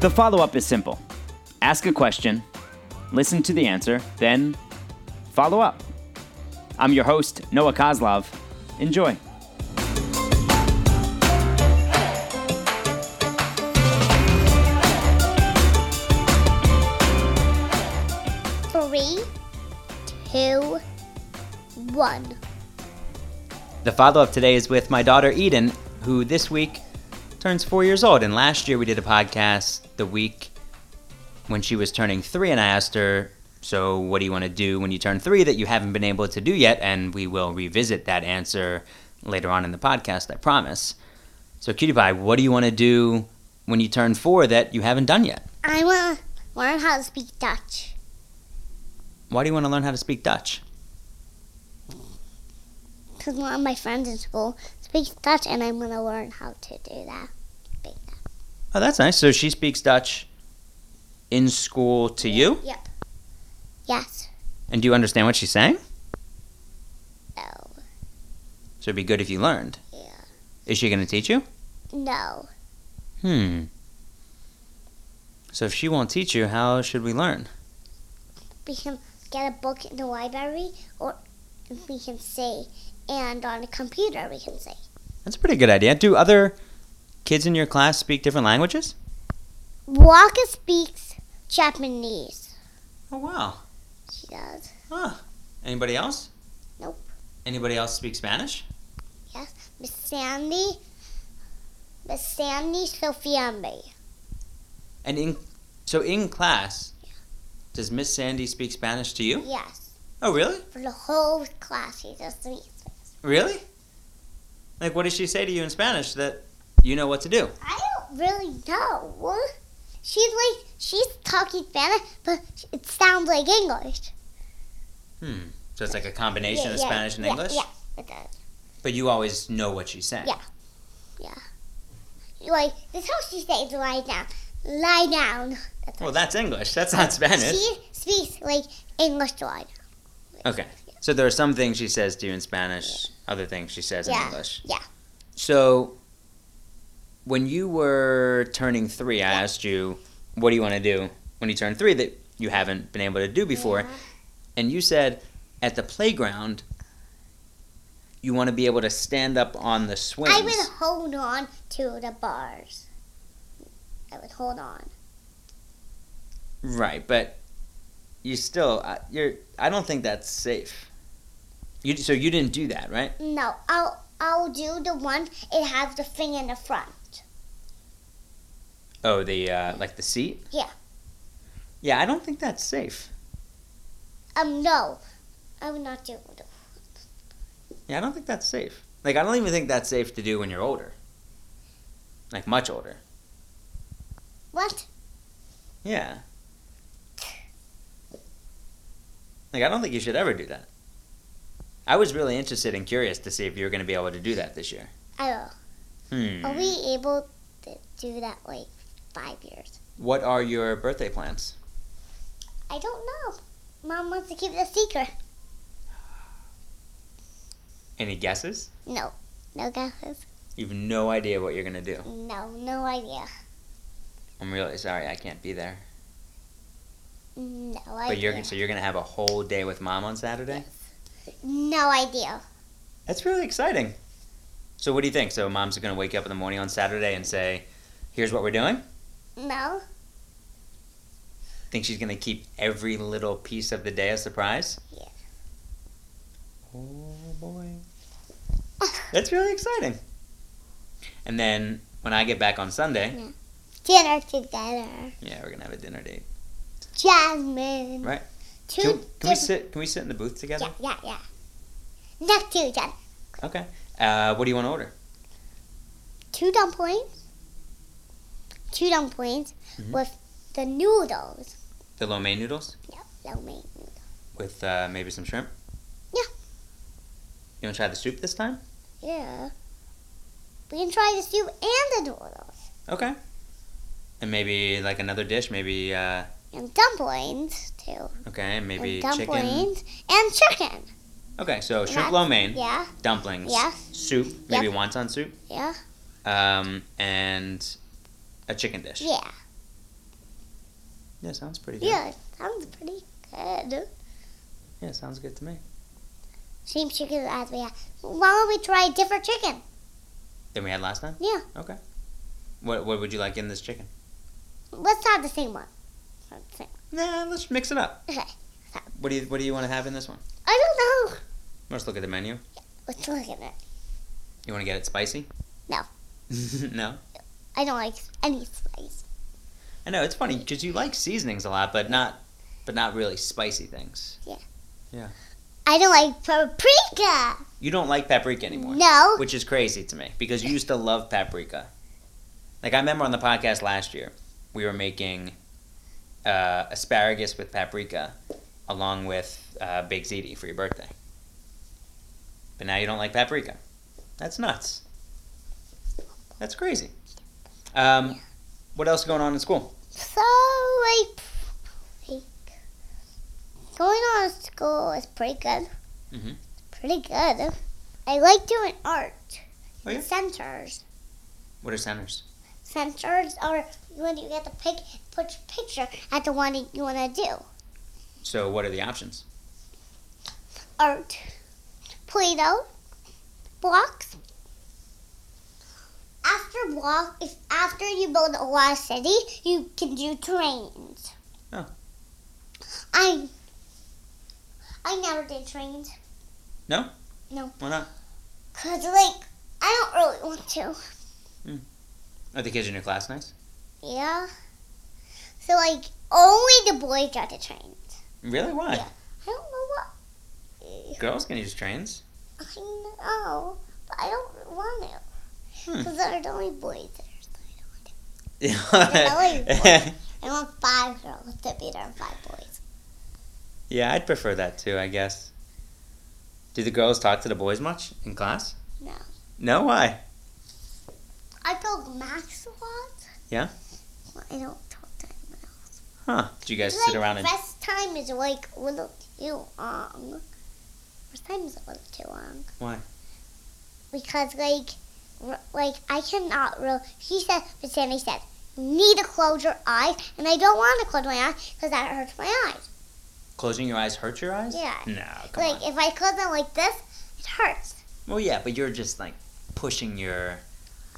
The follow up is simple ask a question, listen to the answer, then follow up. I'm your host, Noah Kozlov. Enjoy. Three, two, one. The follow up today is with my daughter Eden, who this week turns four years old. And last year we did a podcast the week when she was turning three, and I asked her, So, what do you want to do when you turn three that you haven't been able to do yet? And we will revisit that answer later on in the podcast, I promise. So, Cutie Pie, what do you want to do when you turn four that you haven't done yet? I want to learn how to speak Dutch. Why do you want to learn how to speak Dutch? Because one of my friends in school speaks Dutch, and I want to learn how to do that. Oh, that's nice. So, she speaks Dutch in school to you? Yep. Yes. And do you understand what she's saying? No. So it'd be good if you learned. Yeah. Is she going to teach you? No. Hmm. So if she won't teach you, how should we learn? We can get a book in the library, or we can see, and on a computer we can see. That's a pretty good idea. Do other kids in your class speak different languages? Walker speaks Japanese. Oh, wow. She does. Huh. Anybody else? Nope. Anybody else speak Spanish? Yes. Miss Sandy. Miss Sandy, Sophia, and me. And in so in class, does Miss Sandy speak Spanish to you? Yes. Oh, really? For the whole class, she just speaks. Really? Like what does she say to you in Spanish that you know what to do? I don't really know. She's like she's talking Spanish, but it sounds like English. Hmm. So it's like a combination Yeah, of yeah, Spanish and yeah, English? Yeah, it does. But you always know what she's saying. Yeah. Like this is how she says lie down, lie down. That's Well, how that's English. That's not Spanish. she speaks like English to lie down. Okay. So there are some things she says to you in Spanish, other things she says in Yeah, English. yeah. So when you were turning three, I asked you, what do you want to do when you turn three that you haven't been able to do before? Yeah. And you said at the playground, you want to be able to stand up on the swings. I would hold on to the bars. I would hold on. Right, but you still, I- you're, I don't think that's safe. You, so you didn't do that, right? No, I'll I'll do the one it has the thing in the front. Oh, the uh, like the seat. Yeah. Yeah, I don't think that's safe. Um, no, I would not do it. Yeah, I don't think that's safe. Like, I don't even think that's safe to do when you're older. Like much older. What? Yeah. Like, I don't think you should ever do that. I was really interested and curious to see if you were going to be able to do that this year. I will. Hmm. Are we able to do that like five years? What are your birthday plans? I don't know. Mom wants to keep it a secret. Any guesses? No, no guesses. You've no idea what you're going to do. No, no idea. I'm really sorry I can't be there. No idea. But you're so you're going to have a whole day with mom on Saturday? no idea. That's really exciting. So what do you think? So mom's gonna wake up in the morning on Saturday and say, "Here's what we're doing." No, Think she's gonna keep every little piece of the day a surprise? Yeah. Oh boy. That's really exciting. And then when I get back on Sunday, dinner together. yeah, we're gonna have a dinner date. Jasmine. Right. Two. Can, can we different- sit? Can we sit in the booth together? Yeah, yeah, yeah. Next to each other. Okay. Uh, what do you want to order? Two dumplings. Two dumplings Mhm. with the noodles. The lo mein noodles Yep, lo mein. with uh, maybe some shrimp. Yeah. You want to try the soup this time? Yeah. We can try the soup and the noodles Okay. And maybe like another dish, maybe uh and dumplings too. okay, and maybe and chicken. dumplings and chicken. Okay, so That's- shrimp lo mein, Yeah, dumplings, Yes. soup, maybe Yep. wonton soup, yeah, um, and a chicken dish. yeah. Yeah, sounds pretty good. Yeah, it sounds pretty good. Yeah, sounds good to me. Same chicken as we had. Why don't we try a different chicken? Than we had last time? Yeah, Okay. What what would you like in this chicken? let's have the same one. Okay. Nah, let's mix it up. I What do you what do you want to have in this one? don't know. Let's look at the menu. Let's look at it. You want to get it spicy? No. no. I don't like any spice. I know it's funny because you like seasonings a lot, but not but not really spicy things. I don't like paprika. You don't like paprika anymore. No. Which is crazy to me because you used to love paprika. Like I remember on the podcast last year, we were making uh, asparagus with paprika along with uh, baked ziti for your birthday. But now you don't like paprika. That's nuts. That's crazy. Um, what else is going on in school? So like, like going on to school is pretty good. Mhm. Pretty good. I like doing art. Oh, yeah? Centers. What are centers? Centers are when you get to pick, put your picture at the one that you want to do. So what are the options? Art. Play-Doh. Blocks. After block, if after you build a lot of city, you can do trains. Oh. I. I never did trains. Why not? Cause like I don't really want to. Are the kids in your class nice? Yeah. So like only the boys got the trains. Really? Why? Yeah. I don't know what. Girls can use trains. I know, but I don't want to. Hmm. Cause there's only boys there. yeah, I want five girls to be there and five boys. I'd prefer that too, I guess. Do the girls talk to the boys much in class? No. No, why? I talk Max a lot. Yeah? Well, I don't talk to him. Huh. Do you guys Like, sit around and. rest time is like a little too long. Rest time is a little too long. Why? Because like, r- like I cannot really. He said, but Sammy said, you need to close your eyes, and I don't want to close my eyes because that hurts my eyes. Closing your eyes hurt your eyes? Yeah. No, come like on. if I close them like this, it hurts. Well, yeah, but you're just like pushing your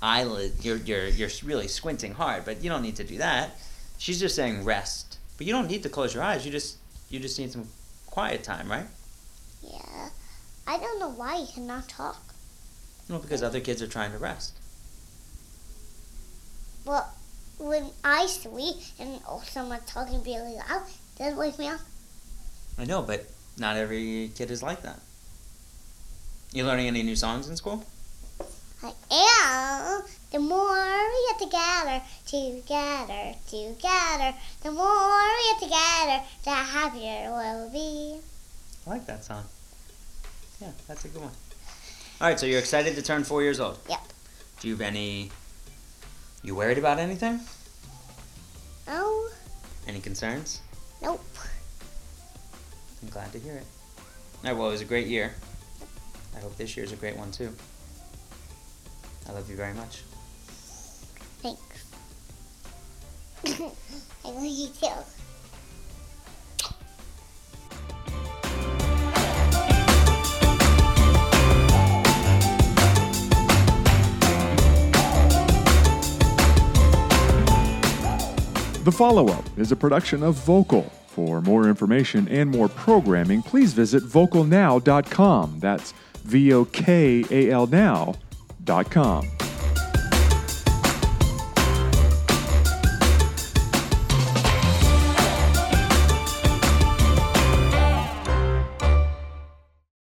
eyelid. You're, you're, you're really squinting hard, but you don't need to do that. She's just saying rest. But you don't need to close your eyes. You just you just need some quiet time, right? Yeah. I don't know why you cannot talk. Well, because other kids are trying to rest. Well, when I sleep and oh, someone's talking really loud, does it wake me up? I know, but not every kid is like that. You learning any new songs in school? I am. The more we get together, together, together, the more we get together, the happier we'll be. I like that song. Yeah, that's a good one. All right, so you're excited to turn four years old. Yep. Do you have any? You worried about anything? Oh, Any concerns? nope. I'm glad to hear it. All right, well, it was a great year. I hope this year's a great one too. I love you very much. Thanks. I love you too. The Follow Up is a production of Vocal. For more information and more programming, please visit vocalnow.com. That's V O K A L now.com.